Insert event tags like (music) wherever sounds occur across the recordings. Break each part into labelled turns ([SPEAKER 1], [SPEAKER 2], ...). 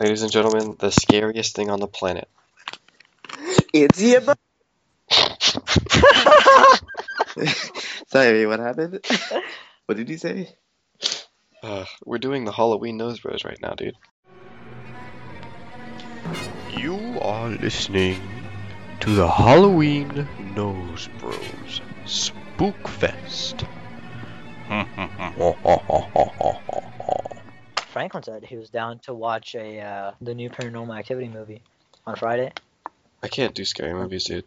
[SPEAKER 1] Ladies and gentlemen, the scariest thing on the planet.
[SPEAKER 2] It's your bu-
[SPEAKER 3] (laughs) Sorry,
[SPEAKER 4] (laughs)
[SPEAKER 3] what happened? What did you say?
[SPEAKER 1] Uh, we're doing the Halloween nose bros right now, dude. You are listening to the Halloween Nose Bros Spook Fest. (laughs)
[SPEAKER 5] Franklin said he was down to watch a uh, the new Paranormal Activity movie on Friday.
[SPEAKER 1] I can't do scary movies, dude.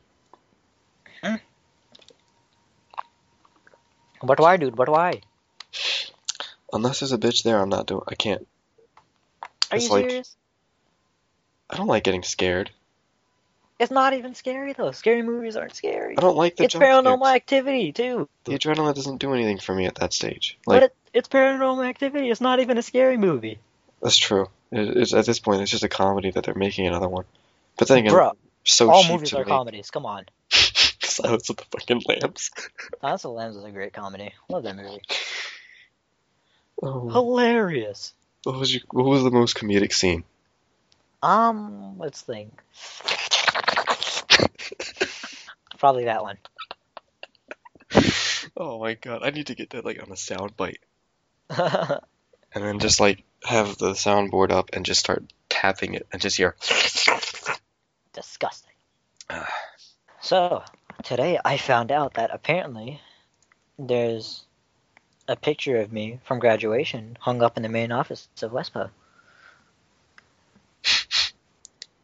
[SPEAKER 5] But why, dude? But why?
[SPEAKER 1] Unless there's a bitch there, I'm not doing. I can't.
[SPEAKER 5] Are
[SPEAKER 1] It's
[SPEAKER 5] you
[SPEAKER 1] like-
[SPEAKER 5] serious?
[SPEAKER 1] I don't like getting scared.
[SPEAKER 5] It's not even scary though. Scary movies aren't scary.
[SPEAKER 1] I don't like the
[SPEAKER 5] It's
[SPEAKER 1] jump scares.
[SPEAKER 5] Paranormal Activity too.
[SPEAKER 1] The adrenaline doesn't do anything for me at that stage.
[SPEAKER 5] but
[SPEAKER 1] Like
[SPEAKER 5] it, it's Paranormal Activity. It's not even a scary movie,
[SPEAKER 1] that's true. It, it's at this point, it's just a comedy that they're making another one. But then again,
[SPEAKER 5] bro.
[SPEAKER 1] so
[SPEAKER 5] all
[SPEAKER 1] cheap
[SPEAKER 5] movies
[SPEAKER 1] to
[SPEAKER 5] are
[SPEAKER 1] make.
[SPEAKER 5] comedies. Come on.
[SPEAKER 1] (laughs) Silence of the fucking lambs.
[SPEAKER 5] Silence of the Lambs is a great comedy. Love that movie. Mm.
[SPEAKER 1] Oh,
[SPEAKER 5] Hilarious.
[SPEAKER 1] what was your, what was the most comedic scene? (laughs)
[SPEAKER 5] Um, let's think. Probably that one.
[SPEAKER 1] Oh my god, I need to get that like on a sound bite,
[SPEAKER 5] (laughs) That's
[SPEAKER 1] and then just like have the soundboard up and just start tapping it and just hear.
[SPEAKER 5] disgusting. So, today I found out that apparently there's a picture of me from graduation hung up in the main office of Westpo.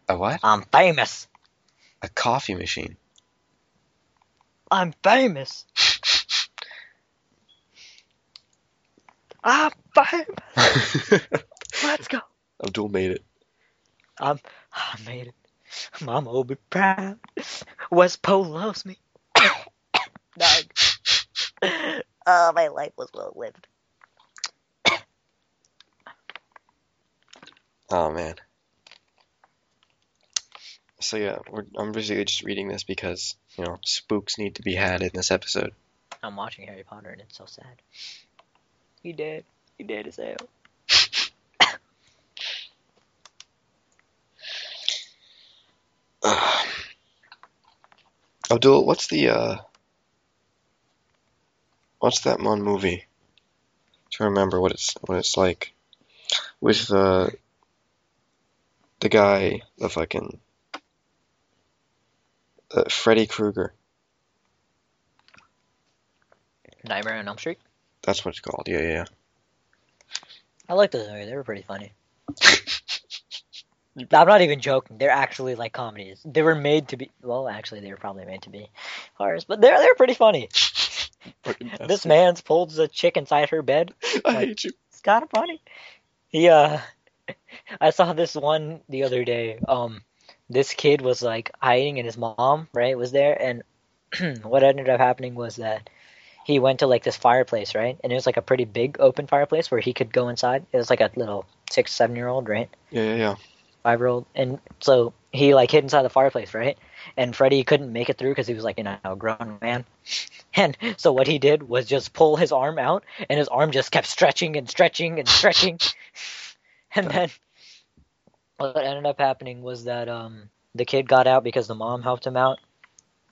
[SPEAKER 1] A what?
[SPEAKER 5] I'm famous.
[SPEAKER 1] A coffee machine.
[SPEAKER 5] I'm famous. I'm famous. Let's go.
[SPEAKER 1] Abdul made it.
[SPEAKER 5] I made it. Mama will be proud. Westpo loves me. Dog. Oh, my life was well lived.
[SPEAKER 1] Oh man. So yeah, we're, I'm basically just reading this because you know spooks need to be had in this episode.
[SPEAKER 5] I'm watching Harry Potter and it's so sad. He dead. He dead as hell.
[SPEAKER 1] Uh, Abdul, what's the uh, what's that one movie? To remember what it's what it's like with uh, the guy, the fucking uh, Freddy Krueger.
[SPEAKER 5] Nightmare on Elm Street.
[SPEAKER 1] That's what it's called. Yeah, yeah. yeah.
[SPEAKER 5] I like those movies. They were pretty funny. I'm not even joking. They're actually like comedies. They were made to be. Well, actually, they were probably made to be horrors, but they're they're pretty funny.
[SPEAKER 1] Fucking
[SPEAKER 5] (laughs) This man's pulled a chick inside her bed.
[SPEAKER 1] (laughs) I hate you.
[SPEAKER 5] It's kind of funny. Yeah, (laughs) I saw this one the other day. Um, this kid was like hiding, and his mom, right, was there. And (clears throat) what ended up happening was that he went to like this fireplace, right, and it was like a pretty big open fireplace where he could go inside. It was like a little six, seven year old, right,
[SPEAKER 1] Yeah, yeah, yeah.
[SPEAKER 5] five year old, and so he like hid inside the fireplace, right. And Freddy couldn't make it through because he was like, you know, a grown man. (laughs) And so what he did was just pull his arm out, and his arm just kept stretching and stretching and stretching. and then what ended up happening was that um, the kid got out because the mom helped him out,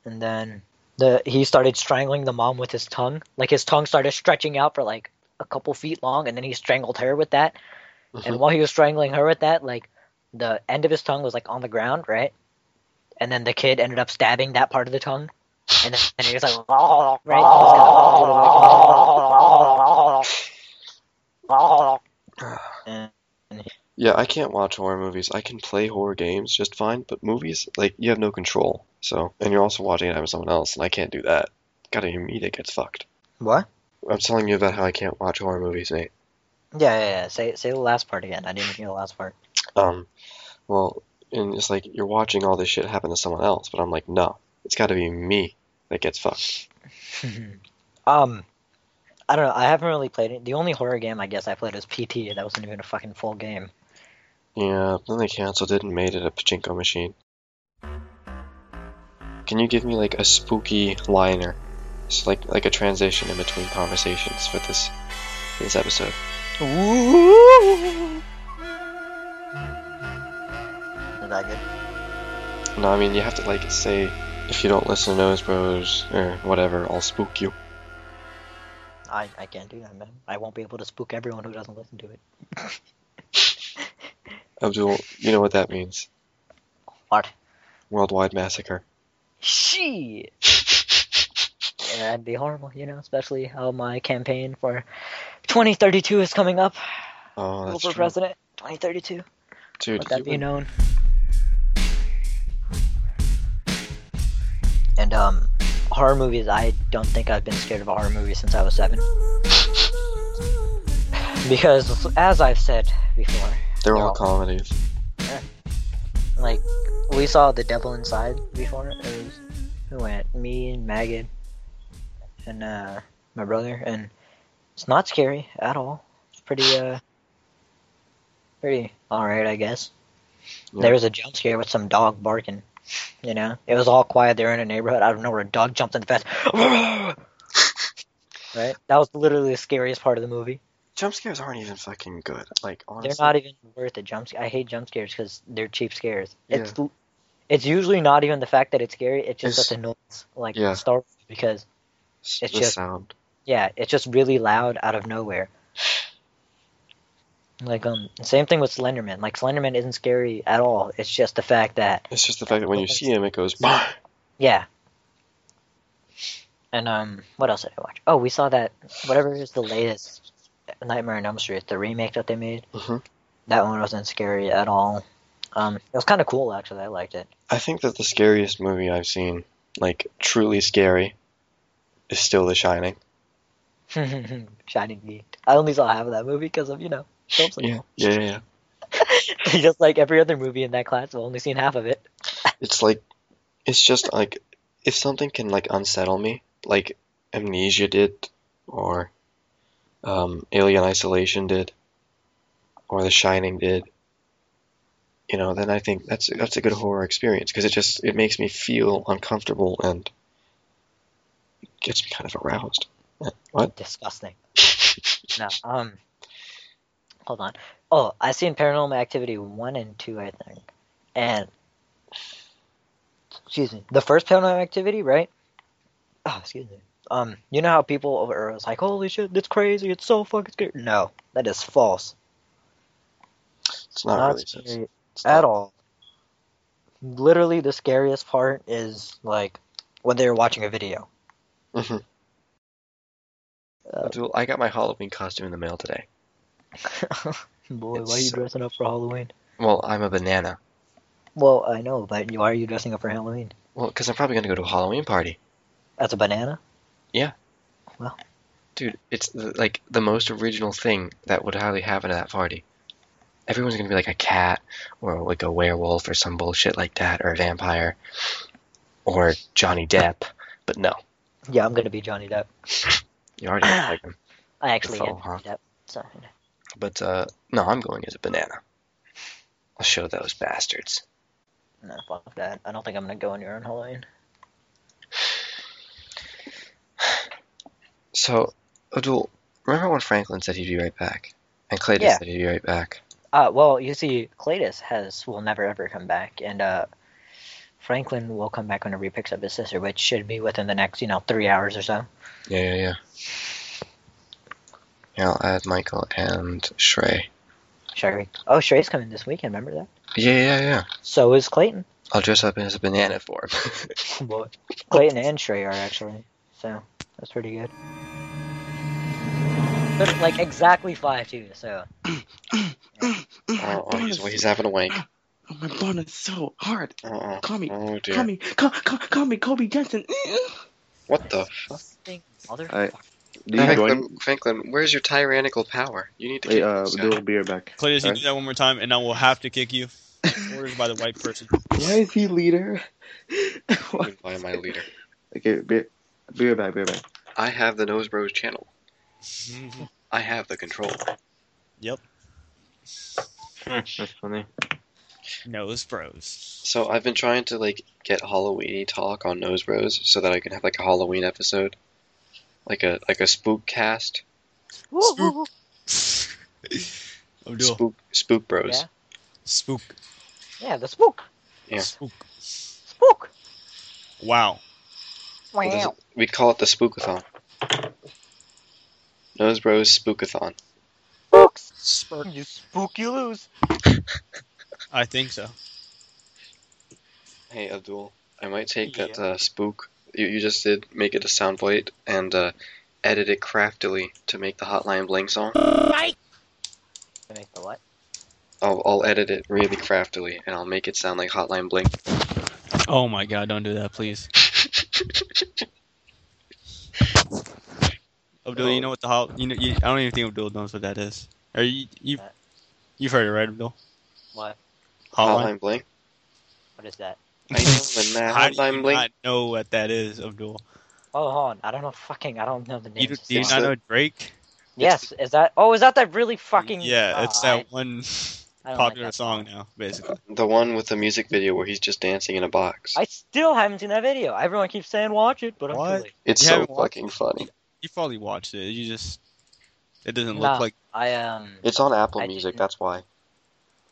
[SPEAKER 5] and then the he started strangling the mom with his tongue. Like his tongue started stretching out for like a couple feet long, and then he strangled her with that.
[SPEAKER 1] Mhm.
[SPEAKER 5] And while he was strangling her with that, like the end of his tongue was like on the ground, right? And then the kid ended up stabbing that part of the tongue. And then and he was like, (laughs) right? And-
[SPEAKER 1] Yeah, I can't watch horror movies. I can play horror games just fine, but movies, like, you have no control. So, and you're also watching it with someone else, and I can't do that. Gotta hear me that gets fucked.
[SPEAKER 5] What?
[SPEAKER 1] I'm telling you about how I can't watch horror movies, Nate.
[SPEAKER 5] Yeah, yeah, yeah. Say, say the last part again. I didn't hear the last part.
[SPEAKER 1] Um, well, and it's like you're watching all this shit happen to someone else, but I'm like, no, it's gotta be me that gets fucked.
[SPEAKER 5] um, I don't know. I haven't really played it. The only horror game I guess I played was PT. That wasn't even a fucking full game.
[SPEAKER 1] Yeah, then they canceled it and made it a pachinko machine. Can you give me like a spooky liner? It's like like a transition in between conversations for this this episode.
[SPEAKER 5] Ooh.
[SPEAKER 6] wasn't that good.
[SPEAKER 1] No, I mean you have to like say if you don't listen to Nose Bros or whatever, I'll spook you.
[SPEAKER 5] I, I can't do that, man. I won't be able to spook everyone who doesn't listen to it.
[SPEAKER 1] Abdul, you know what that means?
[SPEAKER 5] What?
[SPEAKER 1] Worldwide
[SPEAKER 5] (laughs)
[SPEAKER 1] massacre.
[SPEAKER 5] Shit! Yeah, that'd be horrible, you know, especially how my campaign for 2032 is coming up.
[SPEAKER 1] Oh, that's
[SPEAKER 5] for
[SPEAKER 1] true.
[SPEAKER 5] president, 2032.
[SPEAKER 1] Dude,
[SPEAKER 5] Let that
[SPEAKER 1] you
[SPEAKER 5] be
[SPEAKER 1] would-
[SPEAKER 5] known. And um, horror movies. I don't think I've been scared of a horror movie since I was seven. (laughs) Because, as I've said before,
[SPEAKER 1] they're all
[SPEAKER 5] No.
[SPEAKER 1] comedies.
[SPEAKER 5] like we saw The Devil Inside before. It was who went me and Maggot and uh, my brother, and it's not scary at all. It's pretty uh, pretty all right, I guess.
[SPEAKER 1] Yeah.
[SPEAKER 5] There was a jump scare with some dog barking. You know, it was all quiet. They were in a neighborhood. I don't know where a dog jumped in
[SPEAKER 1] (laughs)
[SPEAKER 5] the fence. right? That was literally the scariest part of the movie.
[SPEAKER 1] Jump scares aren't even fucking good. Like honestly,
[SPEAKER 5] They're not even worth a jump. sc- I hate jump scares because they're cheap scares.
[SPEAKER 1] Yeah.
[SPEAKER 5] It's l- it's usually not even the fact that it's scary. It's just
[SPEAKER 1] It's-
[SPEAKER 5] that the noise, like
[SPEAKER 1] Yeah.
[SPEAKER 5] Star Wars, because
[SPEAKER 1] s-
[SPEAKER 5] e- it's
[SPEAKER 1] the
[SPEAKER 5] just-
[SPEAKER 1] sound.
[SPEAKER 5] yeah, it's just really loud out of nowhere. Like um, same thing with Slenderman. Like Slenderman isn't scary at all. It's just the fact that
[SPEAKER 1] It's just the fact that when you see him, it goes. "Bah!"
[SPEAKER 5] yeah. And um, what else did I watch? Oh, we saw that whatever is the latest Nightmare on Elm Street, the remake that they made.
[SPEAKER 1] Mhm.
[SPEAKER 5] That one wasn't scary at all. Um, it was kind of cool actually. I liked it. (laughs)
[SPEAKER 1] I think that the scariest movie I've seen, like truly scary, is still The Shining.
[SPEAKER 5] Shining Geek. I only saw half of that movie because of you know. films like-
[SPEAKER 1] Yeah, yeah, yeah, yeah.
[SPEAKER 5] (laughs) Just like every other movie in that class, I've only seen half of it.
[SPEAKER 1] It's like, it's just like, if something can like unsettle me, like Amnesia did, or um, Alien Isolation did, or The Shining did, you know, then I think that's that's a good horror experience because it just it makes me feel uncomfortable and it gets me kind of aroused. What?
[SPEAKER 5] Disgusting. no. Um. Hold on. Oh, I seen Paranormal Activity one and two, I think, and excuse me, the first Paranormal Activity, right? Oh, excuse me. Um, you know how people over are always like, "Holy shit, that's crazy! It's so fucking scary." No, that is false.
[SPEAKER 1] It's not
[SPEAKER 5] Not
[SPEAKER 1] really.
[SPEAKER 5] scary
[SPEAKER 1] It's, it's
[SPEAKER 5] at
[SPEAKER 1] not-
[SPEAKER 5] all. Literally, the scariest part is like when they're watching a video.
[SPEAKER 1] Mhm.
[SPEAKER 5] Uh,
[SPEAKER 1] Abdul, I got my Halloween costume in the mail today.
[SPEAKER 5] Boy,
[SPEAKER 1] It's
[SPEAKER 5] why are you
[SPEAKER 1] so-
[SPEAKER 5] dressing up for Halloween?
[SPEAKER 1] Well, I'm a banana.
[SPEAKER 5] Well, I know, but you- why are you dressing up for Halloween?
[SPEAKER 1] Well, because I'm probably gonna go to a Halloween party,
[SPEAKER 5] As a banana?
[SPEAKER 1] dude. It's the, like the most original thing that would hardly happen at that party. Everyone's gonna be like a cat, or like a werewolf, or some bullshit like that, or a vampire, or Johnny Depp. But no,
[SPEAKER 5] Yeah, I'm gonna be Johnny Depp.
[SPEAKER 1] you already look like him.
[SPEAKER 5] I actually
[SPEAKER 1] Fall,
[SPEAKER 5] am
[SPEAKER 1] huh?
[SPEAKER 5] Johnny Depp. Sorry.
[SPEAKER 1] But uh, no, I'm going as a banana. I'll show those bastards.
[SPEAKER 5] No, fuck that. I don't think I'm gonna go anywhere on Halloween.
[SPEAKER 1] So, Abdul, remember when Franklin said he'd be right back, and Clayton
[SPEAKER 5] Yeah.
[SPEAKER 1] said he'd be right back.
[SPEAKER 5] Uh, well, you see, Cletus has will never ever come back, and uh, Franklin will come back whenever he picks up his sister, which should be within the next, you know, three hours or so.
[SPEAKER 1] Yeah, yeah, yeah. Yeah, I'll add Michael and Shrey.
[SPEAKER 5] Sherry. Oh, Sherry's coming this weekend. Remember that?
[SPEAKER 1] Yeah, yeah, yeah.
[SPEAKER 5] So is Clayton. (laughs)
[SPEAKER 1] I'll dress up as a
[SPEAKER 4] (laughs)
[SPEAKER 1] banana for him.
[SPEAKER 5] Boy. Clayton and Shrey are actually. So that's pretty good. But like exactly five too. So
[SPEAKER 1] oh, oh, he's, he's having a wank.
[SPEAKER 4] Oh, my bun is so hard.
[SPEAKER 1] Oh,
[SPEAKER 4] Call me.
[SPEAKER 1] oh dear.
[SPEAKER 4] Call me. Call, call, call me Kobe Johnson.
[SPEAKER 1] What the?
[SPEAKER 5] Fucking motherfucker.
[SPEAKER 3] Alright. Do you join?
[SPEAKER 1] Franklin, Franklin, where's your tyrannical power? You need to
[SPEAKER 3] Wait,
[SPEAKER 1] keep
[SPEAKER 3] uh,
[SPEAKER 1] this
[SPEAKER 3] do
[SPEAKER 1] down.
[SPEAKER 3] a beer back.
[SPEAKER 7] Cletus, you
[SPEAKER 3] Alright.
[SPEAKER 7] do that one more time, and I will have to kick you. Orders by the white person. (laughs)
[SPEAKER 3] Why is
[SPEAKER 4] (laughs)
[SPEAKER 3] he leader?
[SPEAKER 1] (laughs) Driven by my leader.
[SPEAKER 3] okay, beer, beer back, beer back.
[SPEAKER 1] I have the Nose Bros channel. I have the control.
[SPEAKER 7] yep.
[SPEAKER 3] That's funny.
[SPEAKER 7] Nose bros.
[SPEAKER 1] So I've been trying to like get Halloweeny talk on Nose Bros so that I can have like a Halloween episode, like a like a spook cast,
[SPEAKER 7] Spook. Abdul.
[SPEAKER 1] spook spook Bros.
[SPEAKER 5] Yeah.
[SPEAKER 7] Spook.
[SPEAKER 5] Yeah, the spook.
[SPEAKER 8] Yeah.
[SPEAKER 7] Spook.
[SPEAKER 5] Spook.
[SPEAKER 7] Wow.
[SPEAKER 8] Well, this-
[SPEAKER 5] Wow.
[SPEAKER 8] we call it the spookathon. Nose Bros spookathon.
[SPEAKER 5] Spooks.
[SPEAKER 7] Spurk.
[SPEAKER 5] You spook, you lose.
[SPEAKER 7] (laughs) I think so.
[SPEAKER 8] Hey Abdul, I might take that
[SPEAKER 5] Yeah.
[SPEAKER 8] uh, spook you, you just did, make it a soundbite, and uh, edit it craftily to make the Hotline Bling song.
[SPEAKER 5] To make the what?
[SPEAKER 8] I'll, I'll edit it really craftily, and I'll make it sound like Hotline (laughs) Bling.
[SPEAKER 7] Oh my god, don't do that, please. Abdul, you know what the hol- you know you, I don't even think Abdul knows what that is. Are you you
[SPEAKER 8] Uh,
[SPEAKER 7] you've heard it right, Abdul?
[SPEAKER 5] What?
[SPEAKER 8] Hotline Bling?
[SPEAKER 5] What is that?
[SPEAKER 8] I know, man.
[SPEAKER 7] How do
[SPEAKER 8] Hotline
[SPEAKER 7] you
[SPEAKER 8] Bling?
[SPEAKER 7] not know what that is, Abdul?
[SPEAKER 5] Oh, hold on. I don't know. Fucking. I don't know the
[SPEAKER 7] You,
[SPEAKER 5] name.
[SPEAKER 7] do do you
[SPEAKER 8] It's
[SPEAKER 7] not
[SPEAKER 8] the-
[SPEAKER 7] know Drake?
[SPEAKER 5] Yes. Is that? Oh, is that that really fucking?
[SPEAKER 7] yeah,
[SPEAKER 5] Oh,
[SPEAKER 7] it's
[SPEAKER 5] I-
[SPEAKER 7] that
[SPEAKER 5] I
[SPEAKER 7] one
[SPEAKER 5] don't like
[SPEAKER 7] popular
[SPEAKER 5] that
[SPEAKER 7] song now, basically.
[SPEAKER 8] The one with the music video where he's just dancing in a box.
[SPEAKER 5] I still haven't seen that video. Everyone keeps saying watch it, but I'm
[SPEAKER 7] What?
[SPEAKER 5] too late.
[SPEAKER 8] It's
[SPEAKER 7] You
[SPEAKER 8] so
[SPEAKER 7] haven't watched
[SPEAKER 8] fucking funny.
[SPEAKER 7] You probably watched it. You just it doesn't
[SPEAKER 5] Nah.
[SPEAKER 7] look like
[SPEAKER 5] I um.
[SPEAKER 8] It's on Apple
[SPEAKER 5] I
[SPEAKER 8] Music,
[SPEAKER 5] didn't-
[SPEAKER 8] that's why.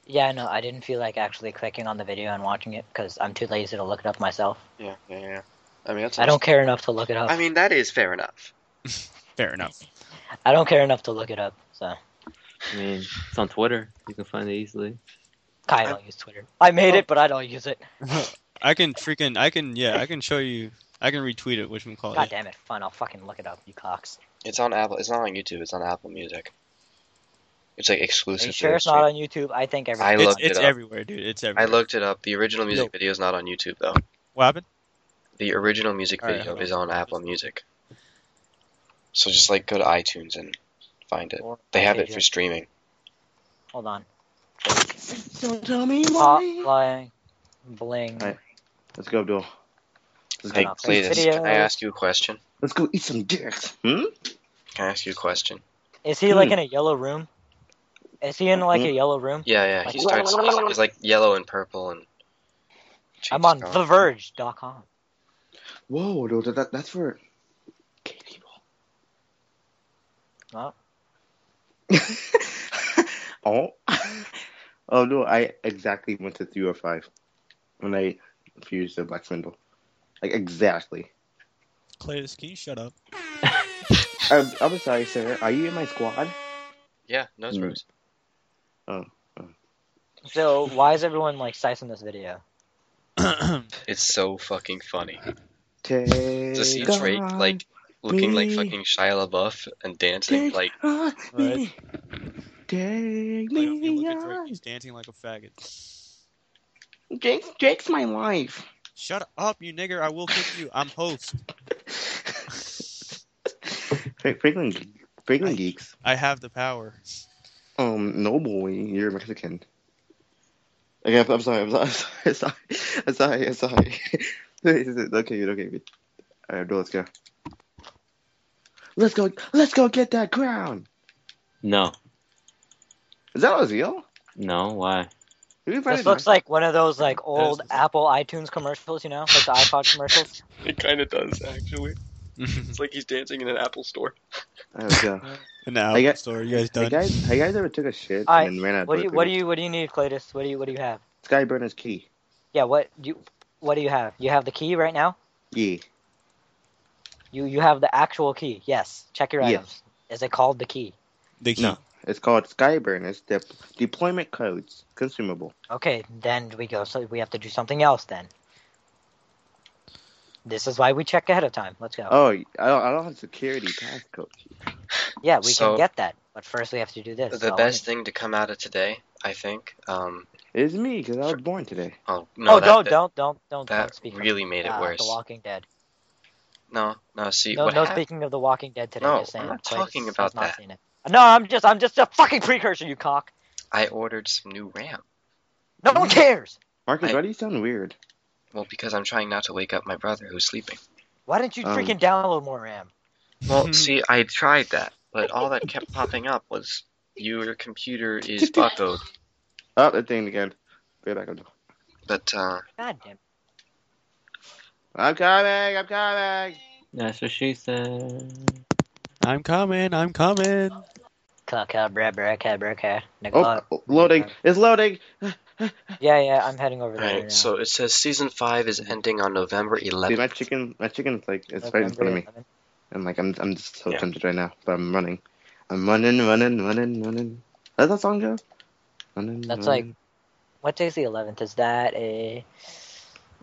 [SPEAKER 5] Yeah, no, I didn't feel like actually clicking on the video and watching it because I'm too lazy to look it up myself.
[SPEAKER 8] Yeah, yeah, yeah. I mean, that's
[SPEAKER 5] I don't care enough to look it up.
[SPEAKER 8] I mean, that is fair enough.
[SPEAKER 7] fair enough.
[SPEAKER 5] I don't care enough to look it up. So
[SPEAKER 9] I mean, it's on Twitter. You can find it easily.
[SPEAKER 5] I don't use Twitter. I
[SPEAKER 7] Oh.
[SPEAKER 5] made it, but I don't use it.
[SPEAKER 7] I can freaking I can yeah, I can show you I can retweet it, which one call
[SPEAKER 5] God
[SPEAKER 7] it.
[SPEAKER 5] damn it! Fine, I'll fucking look it up. You cocks.
[SPEAKER 8] It's on Apple. It's not on YouTube. It's on Apple Music. It's like
[SPEAKER 5] Are
[SPEAKER 8] exclusive.
[SPEAKER 5] you
[SPEAKER 8] to
[SPEAKER 5] sure
[SPEAKER 8] their
[SPEAKER 5] it's not on
[SPEAKER 8] stream.
[SPEAKER 5] YouTube? I think
[SPEAKER 8] I
[SPEAKER 5] everyone.
[SPEAKER 7] It's,
[SPEAKER 8] looked it
[SPEAKER 7] it's
[SPEAKER 8] up.
[SPEAKER 7] everywhere, dude. It's
[SPEAKER 8] I
[SPEAKER 7] everywhere.
[SPEAKER 8] looked it up. The original music
[SPEAKER 7] No.
[SPEAKER 8] video is not on YouTube though.
[SPEAKER 7] what happened?
[SPEAKER 8] The original music
[SPEAKER 7] All right,
[SPEAKER 8] video
[SPEAKER 7] hold on.
[SPEAKER 8] is on Apple Music. So just like go to iTunes and find it. They have it for streaming.
[SPEAKER 5] Hold on.
[SPEAKER 1] Don't tell me why.
[SPEAKER 5] Hotline Bling.
[SPEAKER 3] Alright. Let's go, Abdul. Let's
[SPEAKER 8] Hey,
[SPEAKER 5] not for
[SPEAKER 8] Cletus, can I
[SPEAKER 5] video.
[SPEAKER 8] ask you a question?
[SPEAKER 3] Let's go eat some dicks. Hmm?
[SPEAKER 8] Can I ask you a question?
[SPEAKER 5] Is he like in a yellow room? Is he in like a yellow room?
[SPEAKER 8] Yeah, yeah. He starts. It's like yellow and purple and.
[SPEAKER 5] I'm on
[SPEAKER 8] Jeez,
[SPEAKER 5] TheVerge.com.
[SPEAKER 3] Whoa, dude, that, that, that's for gay people.
[SPEAKER 5] Well,
[SPEAKER 3] (laughs) oh. oh no, I exactly went to three or five when I fused the black spindle. Like exactly.
[SPEAKER 7] Clayus, can you shut up? (clears throat)
[SPEAKER 3] I'm, Um, I'm sorry, sir. Are you in my squad?
[SPEAKER 8] Yeah,
[SPEAKER 5] Mm.
[SPEAKER 8] nose
[SPEAKER 3] Hmm.
[SPEAKER 8] bruise.
[SPEAKER 5] so why is everyone like sizing this video?
[SPEAKER 8] It's so fucking funny
[SPEAKER 3] Take
[SPEAKER 8] to see Drake
[SPEAKER 3] on
[SPEAKER 8] like looking like
[SPEAKER 3] me.
[SPEAKER 8] fucking Shia LaBeouf and dancing
[SPEAKER 1] Take
[SPEAKER 8] like
[SPEAKER 1] on
[SPEAKER 7] Right.
[SPEAKER 1] me. Take
[SPEAKER 7] Like, if you
[SPEAKER 1] me
[SPEAKER 7] look at Drake,
[SPEAKER 1] on.
[SPEAKER 7] he's dancing like a faggot.
[SPEAKER 1] Jake's, Jake's my life.
[SPEAKER 7] Shut up, you nigger! I will kick you. I'm host.
[SPEAKER 3] Fra- Franklin, Franklin geeks.
[SPEAKER 7] I have the power. (laughs)
[SPEAKER 3] Um, no boy, you're Mexican. Okay, I'm, I'm sorry. (laughs) I'm sorry. I'm sorry. I'm sorry. I'm sorry. (laughs) okay, okay. All right, let's go. Let's go. Let's go get that crown.
[SPEAKER 9] No,
[SPEAKER 3] Is that Ozil?
[SPEAKER 9] no, why?
[SPEAKER 3] Did we find
[SPEAKER 5] This
[SPEAKER 3] it
[SPEAKER 5] looks like one of those like old
[SPEAKER 7] is-
[SPEAKER 5] Apple iTunes commercials, you know, like the iPod commercials.
[SPEAKER 8] It kind of does, actually.
[SPEAKER 7] In
[SPEAKER 8] It's like he's dancing in an Apple store.
[SPEAKER 3] All right, let's go.
[SPEAKER 7] the
[SPEAKER 3] I
[SPEAKER 7] Apple
[SPEAKER 3] got-
[SPEAKER 7] Store, (laughs) you guys
[SPEAKER 3] Hey
[SPEAKER 7] done?
[SPEAKER 3] guys, hey guys ever took a shit
[SPEAKER 5] Alright,
[SPEAKER 3] and then ran out
[SPEAKER 5] What
[SPEAKER 3] of
[SPEAKER 5] do you
[SPEAKER 3] toilet
[SPEAKER 5] What do
[SPEAKER 3] paper?
[SPEAKER 5] you What do you need, Cletus? What do you What do you have?
[SPEAKER 3] Sky Burner's key.
[SPEAKER 5] Yeah, what do you What do you have? You have the key right now.
[SPEAKER 3] Yeah.
[SPEAKER 5] You You have the actual key. Yes. Check your
[SPEAKER 3] Yes.
[SPEAKER 5] items. Is it called the key?
[SPEAKER 7] The key.
[SPEAKER 3] No. It's called Sky Burner's de- deployment codes. Consumable.
[SPEAKER 5] Okay, then we go. So we have to do something else then. This is why we check ahead of time. Let's go.
[SPEAKER 3] Oh, I don't, I don't have security passcode.
[SPEAKER 5] yeah, we
[SPEAKER 8] so-
[SPEAKER 5] can get that, but first we have to do this.
[SPEAKER 8] The
[SPEAKER 5] So-
[SPEAKER 8] best thing to come out of today, I think. Um,
[SPEAKER 3] It's me because I was born today.
[SPEAKER 8] oh no,
[SPEAKER 5] oh,
[SPEAKER 8] that,
[SPEAKER 5] don't,
[SPEAKER 8] that-
[SPEAKER 5] don't, don't, don't, don't
[SPEAKER 8] That
[SPEAKER 5] speak. of-
[SPEAKER 8] really made it
[SPEAKER 5] uh, The
[SPEAKER 8] worse.
[SPEAKER 5] Walking Dead.
[SPEAKER 8] No, no. See
[SPEAKER 5] No,
[SPEAKER 8] what
[SPEAKER 5] no
[SPEAKER 8] happened?
[SPEAKER 5] speaking of The Walking Dead today.
[SPEAKER 8] No,
[SPEAKER 5] just saying
[SPEAKER 8] I'm not
[SPEAKER 5] Clayton
[SPEAKER 8] talking
[SPEAKER 5] has
[SPEAKER 8] about
[SPEAKER 5] not
[SPEAKER 8] that.
[SPEAKER 5] seen it. No, I'm just, I'm just a fucking precursor, you cock.
[SPEAKER 8] I ordered some new RAM.
[SPEAKER 5] No
[SPEAKER 8] Mm.
[SPEAKER 5] one cares.
[SPEAKER 3] Marcus,
[SPEAKER 8] I-
[SPEAKER 3] why do you sound weird?
[SPEAKER 8] Well, because I'm trying not to wake up my brother
[SPEAKER 5] (laughs)
[SPEAKER 8] who's sleeping.
[SPEAKER 5] Why didn't you
[SPEAKER 3] Um,
[SPEAKER 5] freaking download more RAM?
[SPEAKER 8] Well, see, I tried that, but all that kept popping up was your computer is buckled.
[SPEAKER 3] Oh, that thing again. Be back on the-
[SPEAKER 8] But uh,
[SPEAKER 5] God damn. it.
[SPEAKER 3] I'm coming. I'm coming.
[SPEAKER 9] That's what she said.
[SPEAKER 7] I'm coming. I'm coming.
[SPEAKER 5] Cuck, cuck, brah, brah, cuck, brah, cuck. Nigga,
[SPEAKER 3] Oh,
[SPEAKER 5] fuck.
[SPEAKER 3] loading. It's loading.
[SPEAKER 5] Yeah, yeah, I'm heading over there.
[SPEAKER 8] Alright,
[SPEAKER 5] now.
[SPEAKER 8] so it says season five is ending on November
[SPEAKER 5] uh,
[SPEAKER 3] See, my
[SPEAKER 8] 11th.
[SPEAKER 3] chicken, my chicken's like it's right in front of me.
[SPEAKER 5] November
[SPEAKER 3] I'm like, I'm, I'm just so
[SPEAKER 8] Yeah.
[SPEAKER 3] tempted right now, but I'm running. I'm running, running, running, running. How's that song go? Running,
[SPEAKER 5] That's like-
[SPEAKER 3] running.
[SPEAKER 5] What day's the 11th? Is that a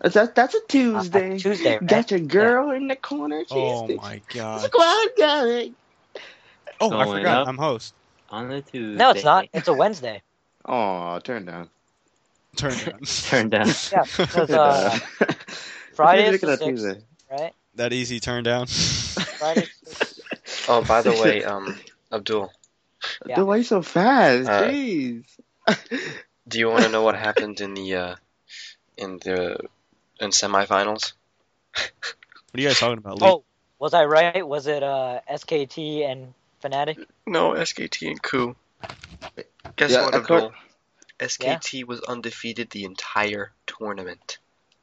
[SPEAKER 3] like that, that's a Tuesday.
[SPEAKER 5] uh, Tuesday, right?
[SPEAKER 3] Got your girl in the corner. She's (laughs)
[SPEAKER 7] Oh
[SPEAKER 3] the-
[SPEAKER 7] my god.
[SPEAKER 3] Squad going.
[SPEAKER 7] Oh, I
[SPEAKER 9] Going
[SPEAKER 7] forgot.
[SPEAKER 9] up.
[SPEAKER 7] I'm host.
[SPEAKER 9] On the Tuesday.
[SPEAKER 5] No, it's not. It's a Wednesday.
[SPEAKER 3] Oh, turn down.
[SPEAKER 7] Turn
[SPEAKER 8] (laughs)
[SPEAKER 7] down.
[SPEAKER 9] (laughs)
[SPEAKER 5] (laughs)
[SPEAKER 9] Turn
[SPEAKER 7] (laughs)
[SPEAKER 9] down.
[SPEAKER 5] Yeah, because
[SPEAKER 3] Turn
[SPEAKER 5] uh,
[SPEAKER 3] (laughs) down.
[SPEAKER 5] Friday is
[SPEAKER 3] Look at
[SPEAKER 5] the
[SPEAKER 3] that
[SPEAKER 5] 6th,
[SPEAKER 3] Tuesday.
[SPEAKER 5] right?
[SPEAKER 7] that easy turn down. (laughs)
[SPEAKER 5] Friday.
[SPEAKER 8] Oh, by the way, um, Abdul,
[SPEAKER 5] Yeah.
[SPEAKER 3] Dude, why you so fast?
[SPEAKER 8] Uh,
[SPEAKER 3] Jeez.
[SPEAKER 8] do you want to know what happened in the uh, in the in semifinals?
[SPEAKER 7] What are you guys talking about? Lee?
[SPEAKER 5] Oh, was I right? Was it uh, SKT and Fnatic?
[SPEAKER 8] No, SKT and Ku. Guess
[SPEAKER 3] Yeah,
[SPEAKER 8] what,
[SPEAKER 3] I caught-
[SPEAKER 8] Abdul? SKT was undefeated the entire tournament.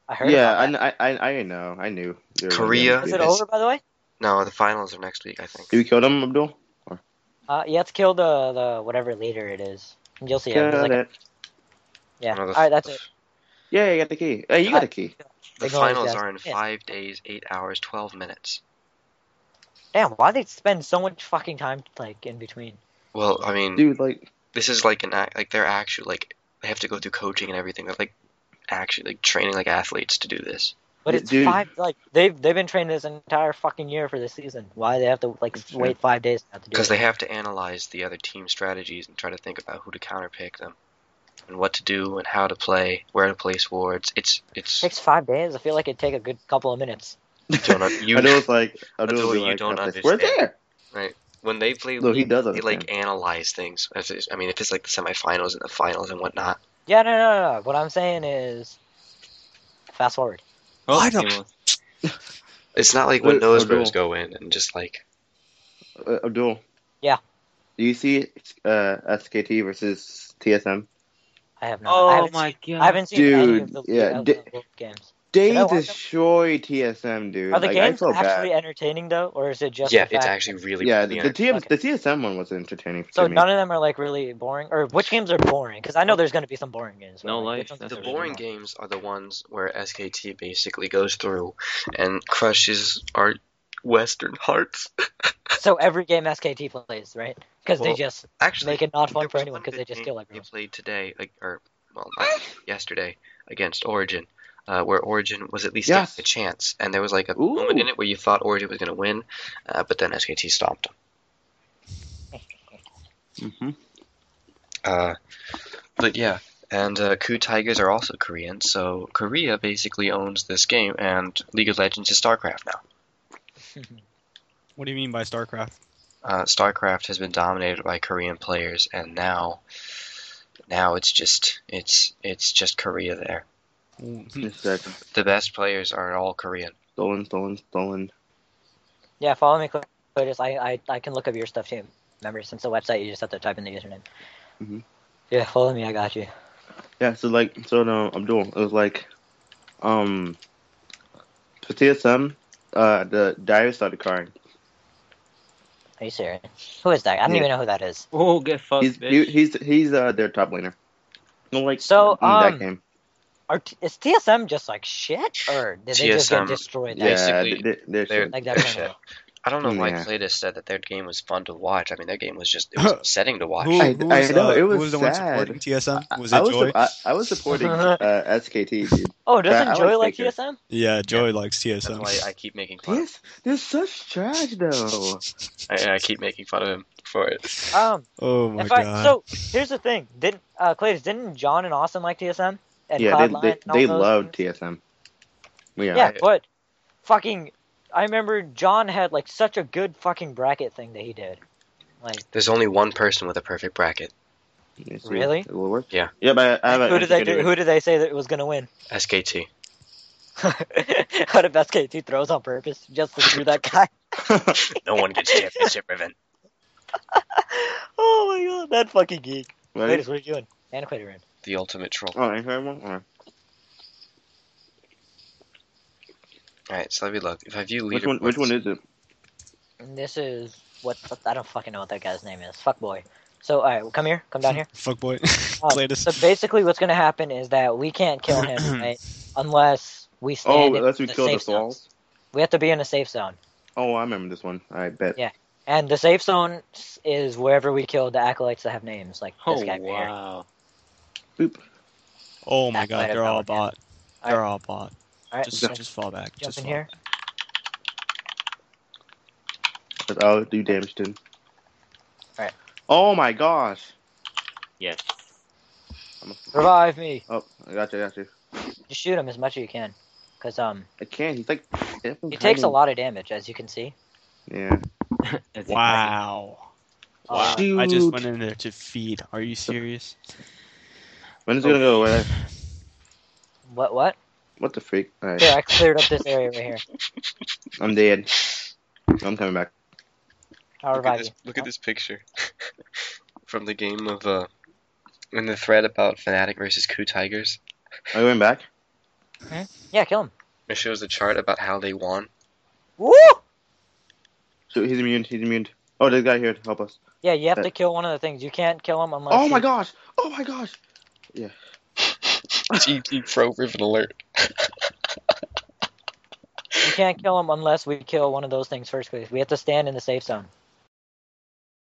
[SPEAKER 5] I heard
[SPEAKER 3] Yeah, I,
[SPEAKER 5] about that.
[SPEAKER 3] kn- I, I, I know. I knew. You were gonna
[SPEAKER 8] Korea.
[SPEAKER 3] be
[SPEAKER 5] Is
[SPEAKER 8] knew
[SPEAKER 5] it
[SPEAKER 8] this.
[SPEAKER 3] undefeated.
[SPEAKER 5] over, by the way?
[SPEAKER 8] No, the finals are next week, I think.
[SPEAKER 3] Did we kill them, Abdul?
[SPEAKER 5] Uh, yeah, it's killed the, the whatever leader it is. You'll see. it. There's
[SPEAKER 3] Got
[SPEAKER 5] like a-
[SPEAKER 3] it.
[SPEAKER 5] yeah.
[SPEAKER 8] No, the,
[SPEAKER 5] All right, that's it.
[SPEAKER 3] Yeah, you got the key. Hey, you got a key.
[SPEAKER 8] The
[SPEAKER 5] Ignore these
[SPEAKER 8] finals
[SPEAKER 5] guys.
[SPEAKER 8] are in
[SPEAKER 5] Yeah.
[SPEAKER 8] five days, eight hours, twelve minutes.
[SPEAKER 5] Damn, why they spend so much fucking time like in between?
[SPEAKER 8] Well, I mean,
[SPEAKER 3] Dude, like,
[SPEAKER 8] this is like an act, like they're actually like they have to go through coaching and everything. They're like actually like training like athletes to do this.
[SPEAKER 5] But
[SPEAKER 3] Yeah,
[SPEAKER 5] it's
[SPEAKER 3] dude.
[SPEAKER 5] five. Like they've they've been training this entire fucking year for this season. Why they have to like
[SPEAKER 3] Sure.
[SPEAKER 5] wait five days now to do
[SPEAKER 8] because
[SPEAKER 5] it?
[SPEAKER 8] they have to analyze the other team's strategies and try to think about who to counterpick them and what to do and how to play, where to place wards. It's it's
[SPEAKER 5] takes five days. (laughs) I feel like it'd take a good couple of minutes.
[SPEAKER 8] Jonah, you-
[SPEAKER 3] Abdul's like,
[SPEAKER 8] Abdul,
[SPEAKER 3] Abdul's
[SPEAKER 8] you
[SPEAKER 3] like,
[SPEAKER 8] don't
[SPEAKER 3] like, we're
[SPEAKER 8] understand.
[SPEAKER 3] there.
[SPEAKER 8] (laughs) when they play
[SPEAKER 3] No, he
[SPEAKER 8] League,
[SPEAKER 3] does
[SPEAKER 8] they like analyze things. If it's- I mean, if it's like the semifinals and the finals and whatnot.
[SPEAKER 5] Yeah, no, no, no. What I'm saying is, fast forward.
[SPEAKER 9] Oh,
[SPEAKER 7] I
[SPEAKER 9] he
[SPEAKER 7] don't-
[SPEAKER 9] wants-
[SPEAKER 8] It's not like when
[SPEAKER 3] Wait,
[SPEAKER 8] those
[SPEAKER 3] Abdul.
[SPEAKER 8] bros go in and just like
[SPEAKER 3] Uh, Abdul.
[SPEAKER 5] Yeah.
[SPEAKER 3] Do you see uh, SKT versus TSM?
[SPEAKER 5] I have not. I
[SPEAKER 9] Oh
[SPEAKER 5] haven't
[SPEAKER 9] my
[SPEAKER 5] seen-
[SPEAKER 9] god.
[SPEAKER 5] I haven't seen any of
[SPEAKER 3] Dude,
[SPEAKER 5] the,
[SPEAKER 3] yeah,
[SPEAKER 5] of
[SPEAKER 3] di-
[SPEAKER 5] the games.
[SPEAKER 3] They
[SPEAKER 5] know, I-
[SPEAKER 3] destroy TSM, dude.
[SPEAKER 5] Are Oh, the
[SPEAKER 3] like,
[SPEAKER 5] games
[SPEAKER 3] I feel
[SPEAKER 5] actually
[SPEAKER 3] bad.
[SPEAKER 5] entertaining though, or is it just
[SPEAKER 8] yeah,
[SPEAKER 5] the
[SPEAKER 8] it's
[SPEAKER 5] fact-
[SPEAKER 8] actually really
[SPEAKER 3] yeah,
[SPEAKER 8] really
[SPEAKER 3] the, the,
[SPEAKER 8] entertaining.
[SPEAKER 3] TM,
[SPEAKER 5] okay.
[SPEAKER 3] the TSM one was entertaining for
[SPEAKER 5] So
[SPEAKER 3] me.
[SPEAKER 5] none of them are like really boring, or which games are boring? Because I know there's going to be some boring games. but,
[SPEAKER 9] No
[SPEAKER 5] like,
[SPEAKER 9] life,
[SPEAKER 5] which ones
[SPEAKER 9] that's
[SPEAKER 5] are
[SPEAKER 8] The
[SPEAKER 9] what
[SPEAKER 5] really
[SPEAKER 8] boring games are the ones where SKT basically goes through and crushes our Western hearts. (laughs)
[SPEAKER 5] So every game SKT plays, right? Because
[SPEAKER 8] Well,
[SPEAKER 5] they just
[SPEAKER 8] Actually,
[SPEAKER 5] make it not fun
[SPEAKER 8] There
[SPEAKER 5] for
[SPEAKER 8] was
[SPEAKER 5] anyone
[SPEAKER 8] one
[SPEAKER 5] because they
[SPEAKER 8] good
[SPEAKER 5] just
[SPEAKER 8] game
[SPEAKER 5] kill
[SPEAKER 8] They
[SPEAKER 5] everyone.
[SPEAKER 8] played today, like, or well,
[SPEAKER 3] Ah.
[SPEAKER 8] not yesterday against Origin, uh, where Origin was at least given
[SPEAKER 3] Yes.
[SPEAKER 8] a chance, and there was like a
[SPEAKER 3] Ooh.
[SPEAKER 8] moment in it where you thought Origin was going to win, uh, but then SKT stopped them.
[SPEAKER 3] Mm-hmm.
[SPEAKER 8] Uh, but yeah, and uh, Ku Tigers are also Korean, so Korea basically owns this game, and League of Legends is StarCraft now.
[SPEAKER 7] What do you mean by StarCraft?
[SPEAKER 8] Uh, StarCraft has been dominated by Korean players, and now, now it's just it's it's just Korea there. The best players are all Korean.
[SPEAKER 3] Stolen, stolen, stolen.
[SPEAKER 5] Yeah, follow me, Clotus. I, I I can look up your stuff too. Remember, since the website, you just have to type in the username.
[SPEAKER 3] Mhm.
[SPEAKER 5] Yeah, follow me. I got you.
[SPEAKER 3] Yeah, so like, so no, Abdul, it was like, um, for TSM, uh, the Dire started crying.
[SPEAKER 5] Are you serious? Who is that? I don't
[SPEAKER 3] Yeah.
[SPEAKER 5] even know who that is.
[SPEAKER 9] Oh, get fucked,
[SPEAKER 3] He's
[SPEAKER 9] bitch.
[SPEAKER 3] he, he's he's uh their top laner. No, like
[SPEAKER 5] So,
[SPEAKER 3] in
[SPEAKER 5] um,
[SPEAKER 3] that game,
[SPEAKER 5] Are, t- is TSM just like shit, or did they just
[SPEAKER 8] TSM
[SPEAKER 5] get destroyed? Like,
[SPEAKER 3] yeah,
[SPEAKER 8] basically,
[SPEAKER 3] they, they're,
[SPEAKER 8] they're-
[SPEAKER 5] like that
[SPEAKER 8] they're
[SPEAKER 5] kind
[SPEAKER 8] shit.
[SPEAKER 5] of.
[SPEAKER 8] I don't know why
[SPEAKER 3] Yeah.
[SPEAKER 8] Cletus said that their game was fun to watch. I mean, their game was just it was upsetting to watch.
[SPEAKER 7] Who,
[SPEAKER 3] I-
[SPEAKER 7] who
[SPEAKER 3] I
[SPEAKER 7] was,
[SPEAKER 3] know,
[SPEAKER 7] uh,
[SPEAKER 3] it was
[SPEAKER 7] who was the one
[SPEAKER 3] sad.
[SPEAKER 7] supporting TSM? Was
[SPEAKER 3] I
[SPEAKER 7] it
[SPEAKER 3] was
[SPEAKER 7] Joy?
[SPEAKER 3] su- I, I was
[SPEAKER 5] (laughs)
[SPEAKER 3] supporting uh, SKT. Dude.
[SPEAKER 5] Oh,
[SPEAKER 3] I- I
[SPEAKER 5] doesn't Joy
[SPEAKER 3] like
[SPEAKER 5] like
[SPEAKER 3] Faker.
[SPEAKER 5] TSM?
[SPEAKER 7] yeah, Joy likes
[SPEAKER 8] That's
[SPEAKER 7] TSM.
[SPEAKER 8] why I keep making fun. Of,
[SPEAKER 3] This this such trash though.
[SPEAKER 8] I, I keep making fun of him for it.
[SPEAKER 5] Um,
[SPEAKER 7] oh my
[SPEAKER 5] if I,
[SPEAKER 7] god.
[SPEAKER 5] so here's the thing. Didn't uh, Clayton? Didn't John and Austin like TSM? And
[SPEAKER 3] yeah,
[SPEAKER 5] Cloud9
[SPEAKER 3] they they,
[SPEAKER 5] and all
[SPEAKER 3] they
[SPEAKER 5] those
[SPEAKER 3] loved
[SPEAKER 5] dudes?
[SPEAKER 3] TSM. Yeah,
[SPEAKER 5] Yeah,
[SPEAKER 8] I-
[SPEAKER 5] but fucking, I remember John had like such a good fucking bracket thing that he did. Like,
[SPEAKER 8] There's only one person with a perfect bracket.
[SPEAKER 3] You see,
[SPEAKER 5] Really?
[SPEAKER 3] It will work.
[SPEAKER 8] Yeah.
[SPEAKER 3] yeah, but I, I have a-
[SPEAKER 5] who did they do,
[SPEAKER 3] anyway.
[SPEAKER 5] who did they say that was gonna win? (laughs)
[SPEAKER 8] SKT.
[SPEAKER 5] What if SKT throws on purpose just to screw that
[SPEAKER 3] (laughs)
[SPEAKER 5] guy?
[SPEAKER 8] No one gets championship ribbon.
[SPEAKER 5] oh my god, that fucking geek.
[SPEAKER 3] Right?
[SPEAKER 5] Clayton, what are you doing? Antiquator in.
[SPEAKER 8] The ultimate troll.
[SPEAKER 3] Oh, I heard one. Alright.
[SPEAKER 8] All right, so let me look. If I view leader,
[SPEAKER 3] Which one? Which one is it?
[SPEAKER 5] And this is what, what I don't fucking know what that guy's name is. Fuck boy. So, all right, well, come here, come down here.
[SPEAKER 7] Fuck boy.
[SPEAKER 5] (laughs)
[SPEAKER 7] (laughs)
[SPEAKER 5] Um, so
[SPEAKER 7] Cletus.
[SPEAKER 5] basically, what's going to happen is that we can't
[SPEAKER 3] (clears throat)
[SPEAKER 5] kill him right? unless we
[SPEAKER 3] Oh,
[SPEAKER 5] stand. in
[SPEAKER 3] unless we
[SPEAKER 5] the
[SPEAKER 3] kill the
[SPEAKER 5] safe zone.
[SPEAKER 3] souls.
[SPEAKER 5] We have to be in a safe zone,
[SPEAKER 3] Oh, I remember this one. I bet.
[SPEAKER 5] Yeah. and the safe zone s- is wherever we kill the acolytes that have names, like this
[SPEAKER 9] Oh
[SPEAKER 5] guy. right here.
[SPEAKER 9] wow.
[SPEAKER 7] oh my
[SPEAKER 5] That's right
[SPEAKER 7] god, they're all
[SPEAKER 5] about him.
[SPEAKER 7] bot.
[SPEAKER 5] All
[SPEAKER 7] They're
[SPEAKER 5] right.
[SPEAKER 7] all bot.
[SPEAKER 5] All right,
[SPEAKER 7] Just,
[SPEAKER 5] so
[SPEAKER 7] just fall back.
[SPEAKER 5] jump
[SPEAKER 7] just
[SPEAKER 5] in
[SPEAKER 7] fall
[SPEAKER 5] here.
[SPEAKER 7] back.
[SPEAKER 3] But I'll oh, do damage to him.
[SPEAKER 5] Alright.
[SPEAKER 3] Oh my gosh.
[SPEAKER 9] Yes. (laughs)
[SPEAKER 3] I'm a...
[SPEAKER 5] Revive me.
[SPEAKER 3] Oh, I got you, I got you.
[SPEAKER 5] Just shoot him as much as you can, because um,
[SPEAKER 3] I can't. He's like. definitely
[SPEAKER 5] he takes a
[SPEAKER 3] hiding.
[SPEAKER 5] lot of damage, as you can see.
[SPEAKER 3] Yeah.
[SPEAKER 9] As you can
[SPEAKER 7] Wow.
[SPEAKER 5] Wow.
[SPEAKER 7] I just
[SPEAKER 3] Dude.
[SPEAKER 7] went in there to feed. Are you serious?
[SPEAKER 3] When is it gonna go away?
[SPEAKER 5] What? What?
[SPEAKER 3] What the freak? Alright.
[SPEAKER 5] Here, I cleared up this area right here.
[SPEAKER 3] I'm dead. I'm coming back.
[SPEAKER 5] I'll
[SPEAKER 8] Look at
[SPEAKER 5] revive you.
[SPEAKER 8] this, look at this picture (laughs) from the game of uh, in the thread about Fnatic versus Coup Tigers.
[SPEAKER 3] Are you going back?
[SPEAKER 5] Yeah, kill him.
[SPEAKER 8] It shows a chart about how they (laughs) won.
[SPEAKER 5] Woo!
[SPEAKER 3] So he's immune. He's immune. Oh, there's a guy here to help us.
[SPEAKER 5] Yeah, you have
[SPEAKER 3] That-
[SPEAKER 5] to kill one of the things. You can't kill him unless.
[SPEAKER 3] Oh my
[SPEAKER 5] you-
[SPEAKER 3] gosh. Oh my gosh.
[SPEAKER 8] GT Pro Riven Alert.
[SPEAKER 5] You can't kill him unless we kill one of those things first, because we have to stand in the safe zone.